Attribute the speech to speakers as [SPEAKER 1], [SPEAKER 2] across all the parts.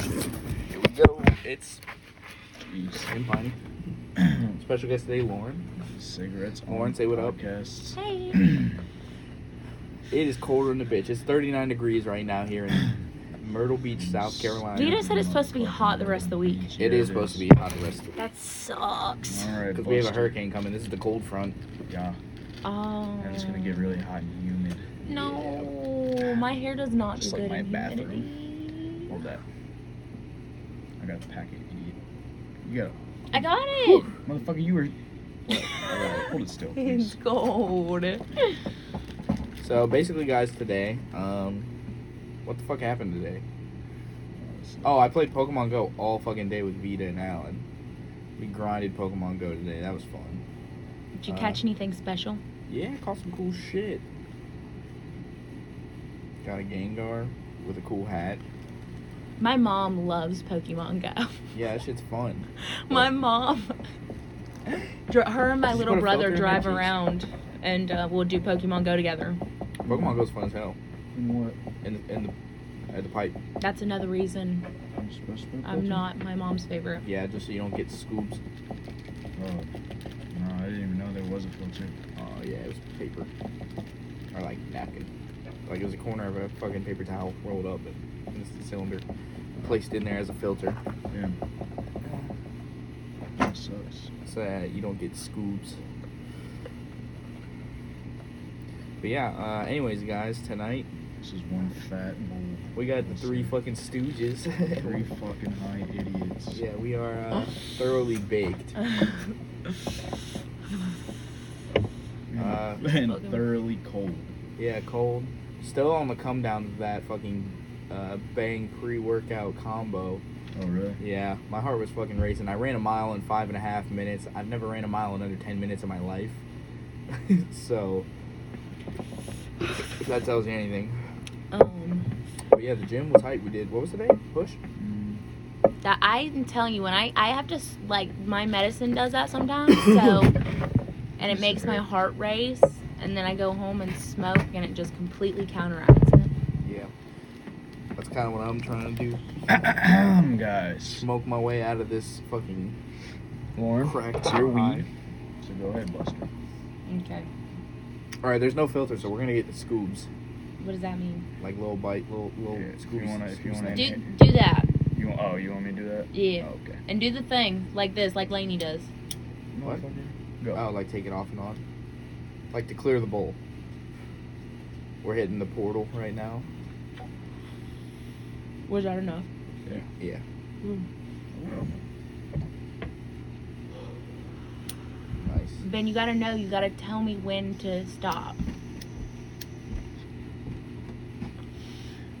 [SPEAKER 1] Here we go. It's Slim Piney. Special guest today, Lauren.
[SPEAKER 2] Cigarettes.
[SPEAKER 1] Lauren,
[SPEAKER 2] on
[SPEAKER 1] say what up.
[SPEAKER 2] podcasts.
[SPEAKER 3] Hey.
[SPEAKER 1] It is colder than a bitch. It's 39 degrees right now here in Myrtle Beach, South Carolina.
[SPEAKER 3] You guys said it's supposed to be hot the rest of the week.
[SPEAKER 1] It
[SPEAKER 2] Yeah,
[SPEAKER 1] is supposed to be hot the rest of the week.
[SPEAKER 3] That sucks.
[SPEAKER 2] All right,
[SPEAKER 1] Because we have a
[SPEAKER 2] Buster.
[SPEAKER 1] hurricane coming. This is the cold front.
[SPEAKER 2] Yeah,
[SPEAKER 3] Oh.
[SPEAKER 2] and it's gonna get really hot and humid.
[SPEAKER 3] No, my hair does not
[SPEAKER 2] Just
[SPEAKER 3] do
[SPEAKER 2] like
[SPEAKER 3] good
[SPEAKER 2] my
[SPEAKER 3] in
[SPEAKER 2] bathroom.
[SPEAKER 3] humidity.
[SPEAKER 2] Hold that. I got the packet, idiot. You got
[SPEAKER 3] I got it.
[SPEAKER 2] it, motherfucker. You were. What? I got it. Hold it still, please.
[SPEAKER 3] It's gold.
[SPEAKER 1] So basically, guys, today, um, what the fuck happened today? Oh, I played Pokemon Go all fucking day with Vita and Alan. We grinded Pokemon Go today. That was fun.
[SPEAKER 3] Did you
[SPEAKER 1] Uh,
[SPEAKER 3] catch anything special?
[SPEAKER 1] Yeah, caught some cool shit. Got a Gengar with a cool hat.
[SPEAKER 3] My mom loves Pokemon Go.
[SPEAKER 1] Yeah, that shit's fun.
[SPEAKER 3] my mom, dr- her and my
[SPEAKER 1] Just
[SPEAKER 3] little
[SPEAKER 1] put a filter in
[SPEAKER 3] brother
[SPEAKER 1] her
[SPEAKER 3] drive
[SPEAKER 1] cheeks.
[SPEAKER 3] around, and uh, we'll do Pokemon Go together.
[SPEAKER 1] Pokemon Go's fun as hell.
[SPEAKER 2] And what?
[SPEAKER 1] In the, in the, at the pipe.
[SPEAKER 3] That's another reason
[SPEAKER 2] I'm supposed to. be
[SPEAKER 3] I'm
[SPEAKER 2] filter?
[SPEAKER 3] not my mom's favorite.
[SPEAKER 1] Yeah, just so you don't get scoops.
[SPEAKER 2] Oh, no, I didn't even know there was a filter.
[SPEAKER 1] Oh, yeah, it was paper. Or like napkin. Like it was a corner of a fucking paper towel rolled up and it's the cylinder placed in there as a filter
[SPEAKER 2] Damn. That sucks.
[SPEAKER 1] so that you don't get scoops. But yeah, uh, anyways, guys, tonight
[SPEAKER 2] This is one fat bowl.
[SPEAKER 1] we got the three fucking stooges.
[SPEAKER 2] Three fucking high idiots.
[SPEAKER 1] yeah, we are uh, thoroughly baked. Uh,
[SPEAKER 2] and thoroughly cold.
[SPEAKER 1] Yeah, cold. Still on the come down of that fucking uh, bang pre workout combo.
[SPEAKER 2] Oh really?
[SPEAKER 1] Yeah, my heart was fucking racing. I ran a mile in five and a half minutes. I've never ran a mile in under ten minutes in my life. so, if that tells you anything.
[SPEAKER 3] um,
[SPEAKER 1] But yeah, the gym was hype. We did, what was the day? Push?
[SPEAKER 2] Mm,
[SPEAKER 3] that I'm telling you, when I I have to s- like my medicine does that sometimes, so and it makes my heart race, and then I go home and smoke, and it just completely counteracts it.
[SPEAKER 1] Yeah. That's kind of what I'm trying to do.
[SPEAKER 2] guys.
[SPEAKER 1] Smoke my way out of this fucking
[SPEAKER 2] Lauren,
[SPEAKER 1] crack.
[SPEAKER 2] it's your
[SPEAKER 1] high.
[SPEAKER 2] weed. So go ahead, Buster.
[SPEAKER 3] Okay,
[SPEAKER 1] Alright, there's no filter, so we're gonna get the scoobs.
[SPEAKER 3] what does that mean?
[SPEAKER 1] Like little bite, little, little
[SPEAKER 2] Yeah, if you
[SPEAKER 1] scoobs.
[SPEAKER 2] wanna- if you
[SPEAKER 1] scoobs
[SPEAKER 2] wanna
[SPEAKER 1] in.
[SPEAKER 2] do-
[SPEAKER 3] Do do that,
[SPEAKER 2] You want, oh, you want me to do that?
[SPEAKER 3] yeah,
[SPEAKER 2] Oh, okay.
[SPEAKER 3] and do the thing like this, like Lainey does.
[SPEAKER 1] What?
[SPEAKER 2] Go.
[SPEAKER 1] Oh, like take it off and on. Like to clear the bowl. We're hitting the portal right now.
[SPEAKER 3] Was that enough?
[SPEAKER 1] Yeah. Nice.
[SPEAKER 3] Ben, you gotta know. You gotta tell me when to stop.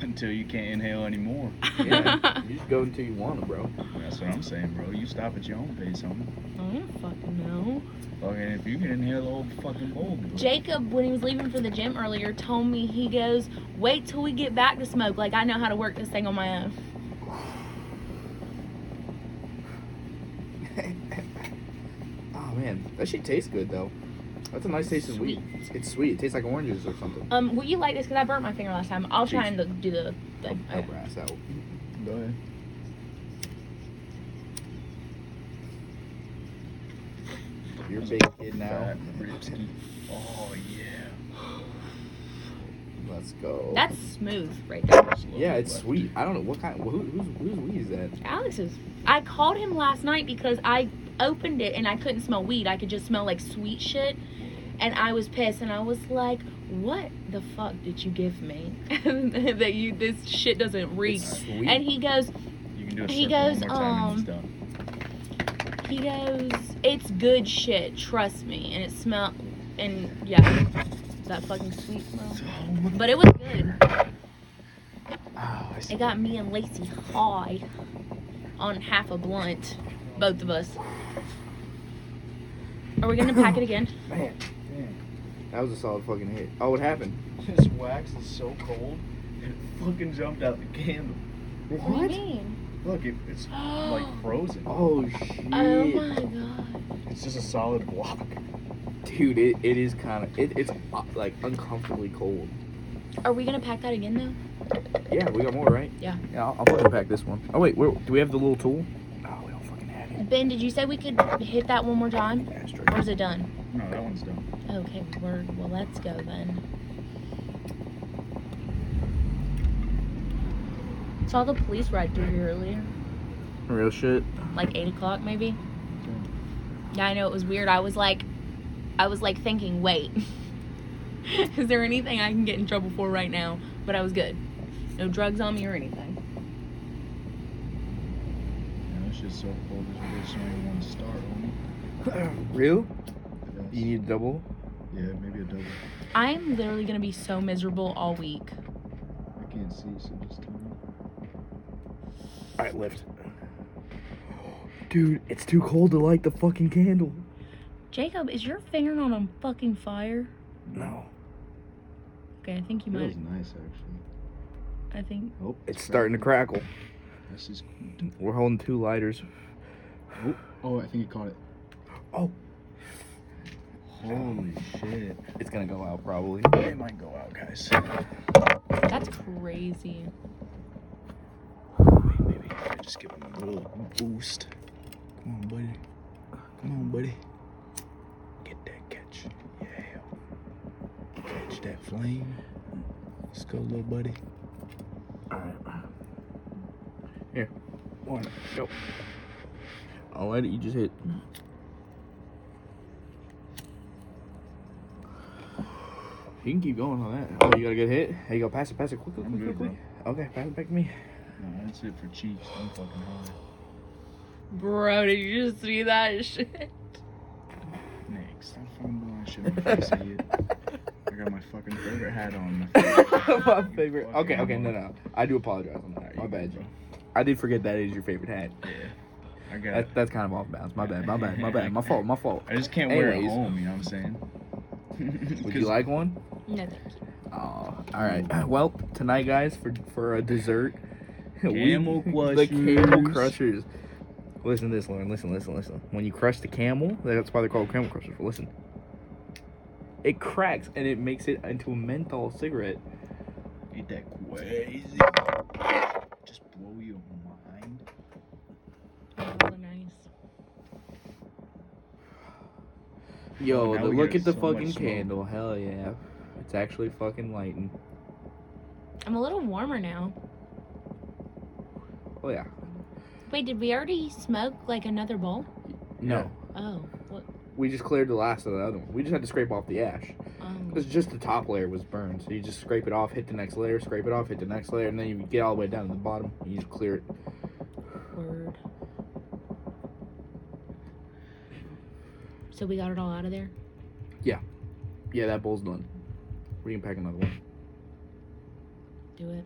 [SPEAKER 2] Until you can't inhale anymore.
[SPEAKER 1] Yeah. you just go until you want to, bro.
[SPEAKER 2] That's what I'm saying, bro. You stop at your own pace, homie.
[SPEAKER 3] I don't fucking know.
[SPEAKER 2] Fucking if you can inhale the whole fucking bowl. do it.
[SPEAKER 3] Jacob, when he was leaving for the gym earlier, told me he goes, "Wait till we get back to smoke. Like I know how to work this thing on my own."
[SPEAKER 1] oh man, that shit tastes good though. That's a nice taste of weed. It's, it's sweet. It tastes like oranges or something.
[SPEAKER 3] Um, will you like this? Cause I burnt my finger last time. I'll try and look, do the
[SPEAKER 1] Oh,
[SPEAKER 3] thing.
[SPEAKER 1] oh, brass out.
[SPEAKER 2] Go ahead.
[SPEAKER 1] You're a big kid now.
[SPEAKER 2] Fat Ripski. Oh, yeah.
[SPEAKER 1] Let's go.
[SPEAKER 3] That's smooth right there.
[SPEAKER 2] Just a little
[SPEAKER 1] yeah,
[SPEAKER 2] bit
[SPEAKER 1] it's
[SPEAKER 2] left.
[SPEAKER 1] sweet. I don't know what kind. Who, who's whose weed is that?
[SPEAKER 3] Alex is. I called him last night because I opened it and I couldn't smell weed. I could just smell like sweet shit, and I was pissed. And I was like, "What the fuck did you give me? that you this shit doesn't reek."
[SPEAKER 1] It's sweet.
[SPEAKER 3] And he goes,
[SPEAKER 2] You can do a
[SPEAKER 3] He
[SPEAKER 2] circle one
[SPEAKER 3] goes,
[SPEAKER 2] more time and it's
[SPEAKER 3] um,
[SPEAKER 2] done.
[SPEAKER 3] he goes, "It's good shit, trust me." And it smelled, and yeah, that fucking sweet smell. But it was good.
[SPEAKER 1] Oh, I see.
[SPEAKER 3] It got me and Lacey high on half a blunt, both of us. Are we gonna pack it again?
[SPEAKER 1] Man, that was a solid fucking hit. Oh, what happened?
[SPEAKER 2] This wax is so cold, it fucking jumped out the candle.
[SPEAKER 3] What do you mean?
[SPEAKER 2] Look, it, it's like frozen.
[SPEAKER 1] Oh shit,
[SPEAKER 3] Oh my god.
[SPEAKER 2] It's just a solid block.
[SPEAKER 1] dude! It, it is kind of it, it's uh, like uncomfortably cold.
[SPEAKER 3] Are we gonna pack that again though?
[SPEAKER 1] Yeah, we got more, right?
[SPEAKER 3] Yeah.
[SPEAKER 1] Yeah, I'll, I'll fucking pack this one. Oh wait, where, do we have the little tool? Oh, we don't fucking have it.
[SPEAKER 3] Ben, did you say we could hit that one more time?
[SPEAKER 1] Asterisk.
[SPEAKER 3] Or is it done?
[SPEAKER 2] No, that one's done.
[SPEAKER 3] Okay, word. Well, let's go then. Saw the police ride through here earlier,
[SPEAKER 1] Real shit.
[SPEAKER 3] like eight o'clock maybe. Yeah, I know it was weird. I was like, I was like thinking, wait, is there anything I can get in trouble for right now? But I was good. No drugs on me or anything.
[SPEAKER 2] Yeah, this shit's so cold. This bitch don't even want to start on
[SPEAKER 1] Real?
[SPEAKER 2] it.
[SPEAKER 1] You need a double?
[SPEAKER 2] Yeah, maybe a double.
[SPEAKER 3] I'm literally gonna be so miserable all week.
[SPEAKER 2] I can't see, so just tell me.
[SPEAKER 1] Alright, lift. Dude, it's too cold to light the fucking candle.
[SPEAKER 3] Jacob, is your fingernail on fucking fire?
[SPEAKER 1] No.
[SPEAKER 3] Okay, I think you
[SPEAKER 2] Feels
[SPEAKER 3] might.
[SPEAKER 2] nice, actually.
[SPEAKER 3] I think.
[SPEAKER 2] Oh,
[SPEAKER 1] It's starting to crackle.
[SPEAKER 2] This is.
[SPEAKER 1] We're holding two lighters.
[SPEAKER 2] Oh, I think he caught it.
[SPEAKER 1] Oh.
[SPEAKER 2] Holy shit.
[SPEAKER 1] It's gonna go out probably.
[SPEAKER 2] It might go out, guys.
[SPEAKER 3] That's crazy.
[SPEAKER 2] Maybe if I just give him a little boost. Come on, buddy. Come on, buddy. Get that catch. Yeah. Catch that flame. Let's go, little buddy.
[SPEAKER 1] Alright. Here. One. Go. I'll let it. You just hit. You can keep going on that. Oh, you got a good hit? Hey, you go pass it, pass it quickly,
[SPEAKER 2] I'm
[SPEAKER 1] quickly,
[SPEAKER 2] good,
[SPEAKER 1] quickly. Okay, pass it back to me.
[SPEAKER 2] No, that's it for Chiefs. I'm fucking high.
[SPEAKER 3] Bro, did you just see that shit?
[SPEAKER 2] Nick, stop fucking blowing shit in my face at you. I got my fucking favorite hat on. My favorite.
[SPEAKER 1] My favorite.
[SPEAKER 2] fucking
[SPEAKER 1] Okay, okay, no,
[SPEAKER 2] animal.
[SPEAKER 1] no. I do apologize on that. My bad, Joe. I did forget that is your favorite hat.
[SPEAKER 2] Yeah. I got
[SPEAKER 1] That, that's kind of off bounds. My bad, my bad, my bad. My fault, my fault.
[SPEAKER 2] I just can't wear it at
[SPEAKER 1] Anyways.
[SPEAKER 2] home, you know what I'm saying?
[SPEAKER 1] Would
[SPEAKER 2] 'Cause-
[SPEAKER 1] you like one?
[SPEAKER 3] No, thank you.
[SPEAKER 1] Oh, all right. Well, tonight, guys, for for a dessert,
[SPEAKER 2] Camel
[SPEAKER 1] the camel
[SPEAKER 2] crushers.
[SPEAKER 1] crushers. Listen to this, Lauren. Listen, listen, listen. When you crush the camel, that's why they're called camel crushers. But listen, it cracks and it makes it into a menthol cigarette.
[SPEAKER 2] Ain't that crazy? Just blow your mind.
[SPEAKER 3] Really nice.
[SPEAKER 1] Yo,
[SPEAKER 2] Oh, now
[SPEAKER 1] the,
[SPEAKER 2] we
[SPEAKER 1] look
[SPEAKER 2] get
[SPEAKER 1] at the
[SPEAKER 2] so much
[SPEAKER 1] fucking
[SPEAKER 2] smoke.
[SPEAKER 1] candle. Hell yeah, it's actually fucking lighting.
[SPEAKER 3] I'm a little warmer now.
[SPEAKER 1] Oh yeah.
[SPEAKER 3] Wait, did we already smoke like another bowl?
[SPEAKER 1] No,
[SPEAKER 3] Oh, what?
[SPEAKER 1] we just cleared the last of the other one. We just had to scrape off the ash.
[SPEAKER 3] Um,
[SPEAKER 1] Because just the top layer was burned, so you just scrape it off, hit the next layer, scrape it off, hit the next layer, and then you get all the way down to the bottom. And you just clear it.
[SPEAKER 3] word. So we got it all out of there.
[SPEAKER 1] Yeah, that bowl's done. We can pack another one.
[SPEAKER 3] Do it.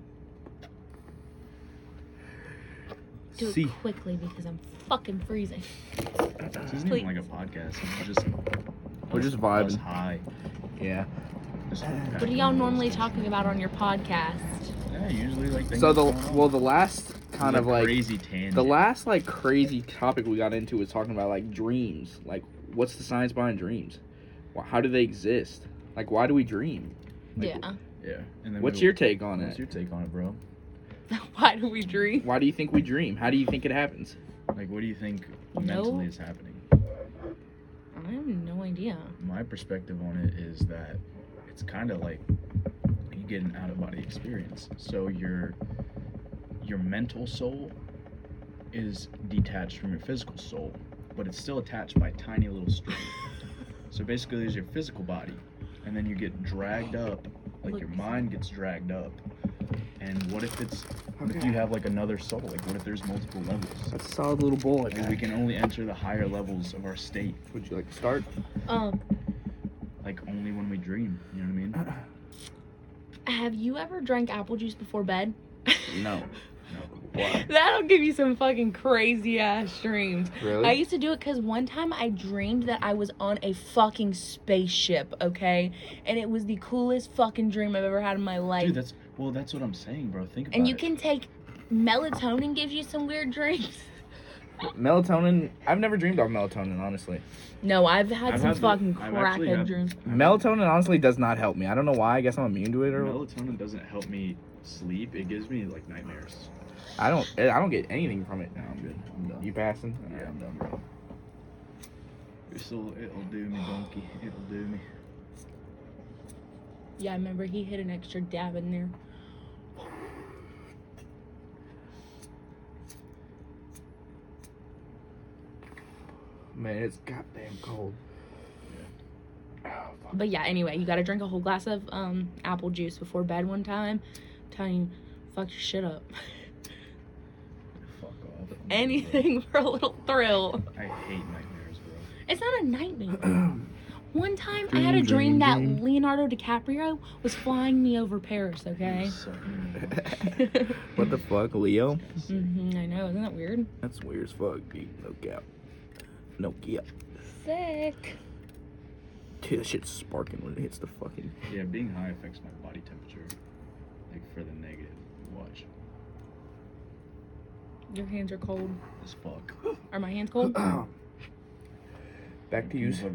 [SPEAKER 3] Do
[SPEAKER 1] See,
[SPEAKER 3] it quickly because I'm fucking freezing.
[SPEAKER 2] This isn't even like a podcast. It's just
[SPEAKER 1] we're just
[SPEAKER 2] us
[SPEAKER 1] vibing.
[SPEAKER 2] high.
[SPEAKER 1] Yeah.
[SPEAKER 2] Just
[SPEAKER 3] Uh, What are y'all normally talking about on your podcast?
[SPEAKER 2] Yeah, usually like things
[SPEAKER 1] So the
[SPEAKER 2] going on.
[SPEAKER 1] well, the last kind of like
[SPEAKER 2] crazy tangent.
[SPEAKER 1] the last like crazy topic we got into was talking about like dreams. Like, what's the science behind dreams? Wh- How do they exist? Like, why do we dream? Like,
[SPEAKER 3] yeah.
[SPEAKER 2] yeah. And then
[SPEAKER 1] What's
[SPEAKER 2] we-
[SPEAKER 1] your take on
[SPEAKER 2] What's
[SPEAKER 1] it?
[SPEAKER 2] your take on it, bro?
[SPEAKER 3] Why do we dream?
[SPEAKER 1] Why do you think we dream? How do you think it happens?
[SPEAKER 2] Like, what do you think
[SPEAKER 3] No.
[SPEAKER 2] mentally is happening?
[SPEAKER 3] I have no idea.
[SPEAKER 2] My perspective on it is that it's kind of like you get an out of body experience. So your your mental soul is detached from your physical soul, but it's still attached by tiny little strings. so basically, there's your physical body, and then you get dragged up, like your
[SPEAKER 3] Look.
[SPEAKER 2] mind gets dragged up. And what if it's what if you have like another soul? Like what if there's multiple levels?
[SPEAKER 1] That's a solid little bowl.
[SPEAKER 2] Like we can only enter the higher levels of our state,
[SPEAKER 1] Would you like to start?
[SPEAKER 3] Um,
[SPEAKER 2] like only when we dream. You know what I mean?
[SPEAKER 3] have you ever drank apple juice before bed?
[SPEAKER 1] No.
[SPEAKER 3] That'll give you some fucking crazy ass dreams.
[SPEAKER 1] Really?
[SPEAKER 3] I used to do it because one time I dreamed that I was on a fucking spaceship, okay? And it was the coolest fucking dream I've ever had in my life.
[SPEAKER 2] Dude, that's well, that's what I'm saying, bro. Think about
[SPEAKER 3] and you
[SPEAKER 2] it.
[SPEAKER 3] can take melatonin, gives you some weird dreams.
[SPEAKER 1] Melatonin. I've never dreamed of melatonin, honestly.
[SPEAKER 3] No, I've had
[SPEAKER 2] I've
[SPEAKER 3] some
[SPEAKER 2] had the-
[SPEAKER 3] fucking
[SPEAKER 2] I've actually
[SPEAKER 3] crackhead
[SPEAKER 2] had-
[SPEAKER 3] dreams.
[SPEAKER 1] Melatonin honestly does not help me. I don't know why. I guess I'm immune to it or
[SPEAKER 2] melatonin doesn't help me sleep, it gives me like nightmares.
[SPEAKER 1] I don't. I don't get anything from it.
[SPEAKER 2] No, I'm good. I'm done.
[SPEAKER 1] You passing?
[SPEAKER 2] yeah, I'm done, bro. It's still, it'll do me, donkey. It'll do me.
[SPEAKER 3] Yeah, I remember he hit an extra dab in there.
[SPEAKER 1] Man, it's goddamn cold. Yeah. Oh, fuck.
[SPEAKER 3] But yeah, anyway, you gotta drink a whole glass of um apple juice before bed one time. i telling you, fuck your shit up.
[SPEAKER 2] Fuck off. I'm done,
[SPEAKER 3] Anything for a little thrill.
[SPEAKER 2] bro. I hate nightmares, bro.
[SPEAKER 3] It's not a nightmare. One time I had a dream that Leonardo DiCaprio was flying me over Paris, okay?
[SPEAKER 1] what the fuck, Leo?
[SPEAKER 3] hmm I know, isn't that weird?
[SPEAKER 1] That's weird as fuck, dude. No cap. No cap.
[SPEAKER 3] Sick.
[SPEAKER 1] Dude, that shit's sparking when it hits the fucking.
[SPEAKER 2] Yeah, being high affects my body temperature. Like for the negative. Watch.
[SPEAKER 3] Your hands are cold.
[SPEAKER 2] As fuck.
[SPEAKER 3] Are my hands cold?
[SPEAKER 1] Back to you.
[SPEAKER 2] Use A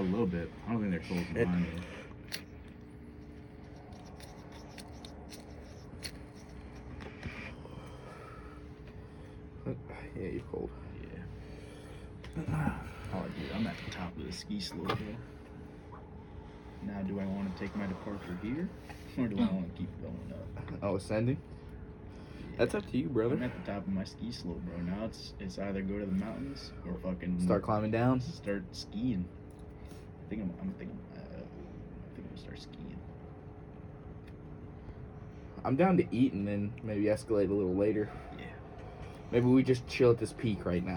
[SPEAKER 2] little bit. I don't think they're cold
[SPEAKER 1] It-
[SPEAKER 2] to mine. though.
[SPEAKER 1] Yeah, you're cold.
[SPEAKER 2] Yeah. Oh, dude, I'm at the top of the ski slope. bro. Now, do I want to take my departure here, or do I
[SPEAKER 1] Hmm.
[SPEAKER 2] want to keep going up?
[SPEAKER 1] Oh, ascending. That's up to you,
[SPEAKER 2] I'm
[SPEAKER 1] brother.
[SPEAKER 2] at the top of my ski slope, bro. Now it's it's either go to the mountains or fucking
[SPEAKER 1] Start climbing down.
[SPEAKER 2] start skiing. I think I'm, I'm thinking uh, I think I'm gonna start skiing.
[SPEAKER 1] I'm down to eat and then maybe escalate a little later.
[SPEAKER 2] Yeah.
[SPEAKER 1] Maybe we just chill at this peak right now.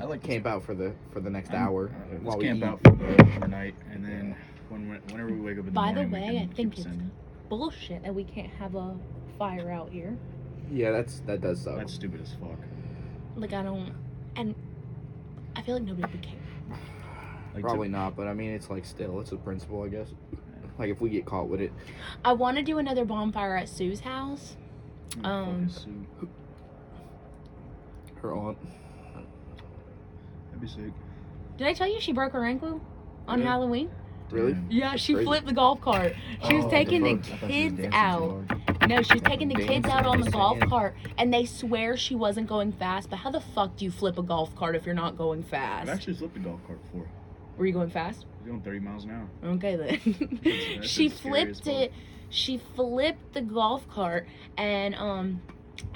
[SPEAKER 2] I like
[SPEAKER 1] Camp out for the for the next
[SPEAKER 2] I'm-
[SPEAKER 1] hour
[SPEAKER 2] uh, let's
[SPEAKER 1] while we
[SPEAKER 2] camp
[SPEAKER 1] eat.
[SPEAKER 2] out for the overnight, and then when we're- whenever we wake up in the
[SPEAKER 3] By the
[SPEAKER 2] morning, we
[SPEAKER 3] way, I
[SPEAKER 2] can keep
[SPEAKER 3] think it's-
[SPEAKER 2] ascending.
[SPEAKER 3] Bullshit that we can't have a fire out here.
[SPEAKER 1] Yeah, that's that does suck.
[SPEAKER 2] that's stupid as fuck.
[SPEAKER 3] Like, I don't. And I feel like nobody would care.
[SPEAKER 2] Like, to-
[SPEAKER 1] Probably not, but I mean, it's like still, it's a principle, I guess. Like if we get caught with it,
[SPEAKER 3] I want to do another bonfire at Sue's house.
[SPEAKER 2] fucking
[SPEAKER 3] um,
[SPEAKER 2] soup.
[SPEAKER 1] her aunt.
[SPEAKER 2] That'd be sick.
[SPEAKER 3] Did I tell you she broke her ankle on
[SPEAKER 1] Really?
[SPEAKER 3] Halloween?
[SPEAKER 1] Really?
[SPEAKER 2] Damn.
[SPEAKER 3] Yeah, she
[SPEAKER 1] Crazy.
[SPEAKER 3] flipped the golf cart. She was
[SPEAKER 1] Oh,
[SPEAKER 3] taking the
[SPEAKER 1] fuck.
[SPEAKER 2] I thought she was
[SPEAKER 3] kids
[SPEAKER 2] dancing too
[SPEAKER 3] out.
[SPEAKER 2] hard.
[SPEAKER 3] No, she was taking the kids
[SPEAKER 1] Dancing,
[SPEAKER 3] out on the
[SPEAKER 1] just
[SPEAKER 3] golf
[SPEAKER 1] saying.
[SPEAKER 3] cart, and they swear she wasn't going fast. But how the fuck do you flip a golf cart if you're not going
[SPEAKER 2] I've
[SPEAKER 3] fast?
[SPEAKER 2] actually flipped a golf cart before.
[SPEAKER 3] Were you going fast?
[SPEAKER 2] It's going 30 miles an hour.
[SPEAKER 3] Okay then.
[SPEAKER 2] That's- that's
[SPEAKER 3] she
[SPEAKER 2] as scary as
[SPEAKER 3] flipped it. She flipped the golf cart, and um,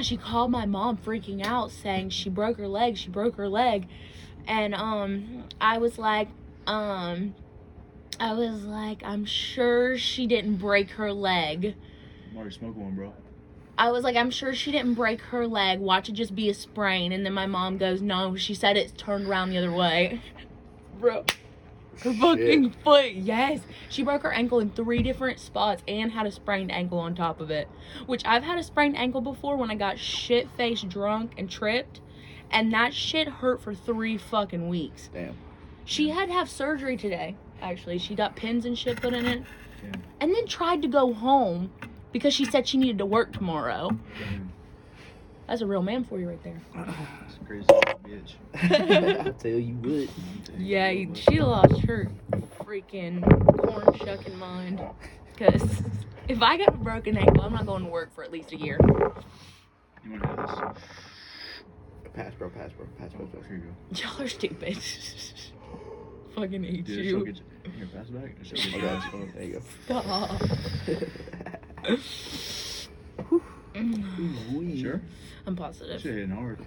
[SPEAKER 3] she called my mom, freaking out, saying she broke her leg. She broke her leg, and um, I was like, um, I was like, I'm sure she didn't break her leg.
[SPEAKER 2] I'm already smoking one, bro.
[SPEAKER 3] I was like, I'm sure she didn't break her leg. Watch it just be a sprain. And then my mom goes, No, she said it's turned around the other way. Bro. Her
[SPEAKER 1] Shit.
[SPEAKER 3] fucking foot, yes. She broke her ankle in three different spots and had a sprained ankle on top of it. Which I've had a sprained ankle before when I got shit faced drunk and tripped. And that shit hurt for three fucking weeks.
[SPEAKER 1] Damn.
[SPEAKER 3] She had to have surgery today, actually. She got pins and shit put in it.
[SPEAKER 2] Yeah.
[SPEAKER 3] And then tried to go home because she said she needed to work tomorrow.
[SPEAKER 2] Damn.
[SPEAKER 3] That's a real man for you right there.
[SPEAKER 2] It's a crazy bitch.
[SPEAKER 1] I tell you what.
[SPEAKER 3] Yeah, you- she lost her freaking corn shucking mind. Cause if I got a broken ankle, I'm not going to work for at least a year.
[SPEAKER 2] You want to have this?
[SPEAKER 1] Pass, bro. Pass, bro. Pass, bro.
[SPEAKER 2] Oh,
[SPEAKER 1] Pass.
[SPEAKER 2] here you go.
[SPEAKER 3] Y'all are stupid. Fucking hate
[SPEAKER 2] Dude, she'll
[SPEAKER 3] you.
[SPEAKER 2] get you. Here, pass it back. She'll
[SPEAKER 1] Oh,
[SPEAKER 2] get you as
[SPEAKER 1] God.
[SPEAKER 2] fuck.
[SPEAKER 1] There you
[SPEAKER 3] Stop.
[SPEAKER 1] go. Ooh, wee.
[SPEAKER 2] Sure?
[SPEAKER 3] Mm-hmm. I'm
[SPEAKER 2] She's
[SPEAKER 3] positive.
[SPEAKER 2] hitting hard.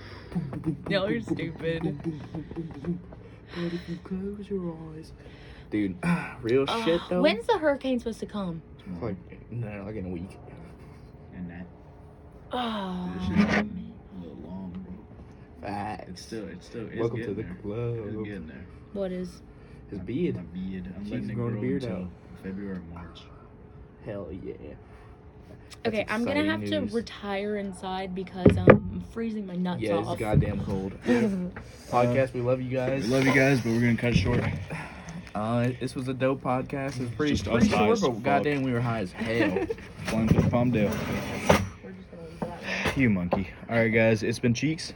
[SPEAKER 3] Y'all are stupid.
[SPEAKER 1] But if you close your eyes, dude, real
[SPEAKER 3] Ugh,
[SPEAKER 1] shit though.
[SPEAKER 3] Uh, when's the hurricane supposed to come?
[SPEAKER 1] It's like no, like in a week.
[SPEAKER 2] And that.
[SPEAKER 3] Oh,
[SPEAKER 2] This
[SPEAKER 1] Ah.
[SPEAKER 2] shit's been a little long, bro.
[SPEAKER 1] Facts.
[SPEAKER 2] It's still, it's still, it's
[SPEAKER 1] Welcome to
[SPEAKER 2] getting
[SPEAKER 1] the
[SPEAKER 2] there. It's
[SPEAKER 1] club.
[SPEAKER 2] getting there.
[SPEAKER 3] what is?
[SPEAKER 1] His
[SPEAKER 2] My-
[SPEAKER 1] beard.
[SPEAKER 2] My beard. I'm
[SPEAKER 1] She's
[SPEAKER 2] letting it
[SPEAKER 1] growing a
[SPEAKER 2] grow
[SPEAKER 1] beard
[SPEAKER 2] until
[SPEAKER 1] out.
[SPEAKER 2] February, March.
[SPEAKER 1] Hell yeah. That's
[SPEAKER 3] Okay, I'm gonna
[SPEAKER 1] exciting
[SPEAKER 3] have to
[SPEAKER 1] news.
[SPEAKER 3] retire inside because um, I'm freezing my nuts
[SPEAKER 1] Yeah, it's
[SPEAKER 3] off.
[SPEAKER 1] goddamn cold. podcast, we love you guys.
[SPEAKER 2] We love you guys, but we're gonna cut it short.
[SPEAKER 1] Uh, this was a dope podcast. It's pretty,
[SPEAKER 2] Just
[SPEAKER 1] pretty
[SPEAKER 2] us high
[SPEAKER 1] short,
[SPEAKER 2] as
[SPEAKER 1] but
[SPEAKER 2] fuck.
[SPEAKER 1] goddamn, we were high as hell.
[SPEAKER 2] Flying through Palmdale.
[SPEAKER 3] We're just gonna leave that one.
[SPEAKER 2] You monkey. All right, guys. It's been Cheeks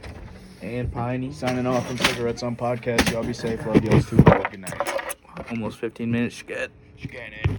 [SPEAKER 1] and Piney,
[SPEAKER 2] signing off from Cigarettes on Podcast. Y'all be safe. Love y'all too. Good night.
[SPEAKER 1] almost 15 minutes. Shit.
[SPEAKER 2] Scan it.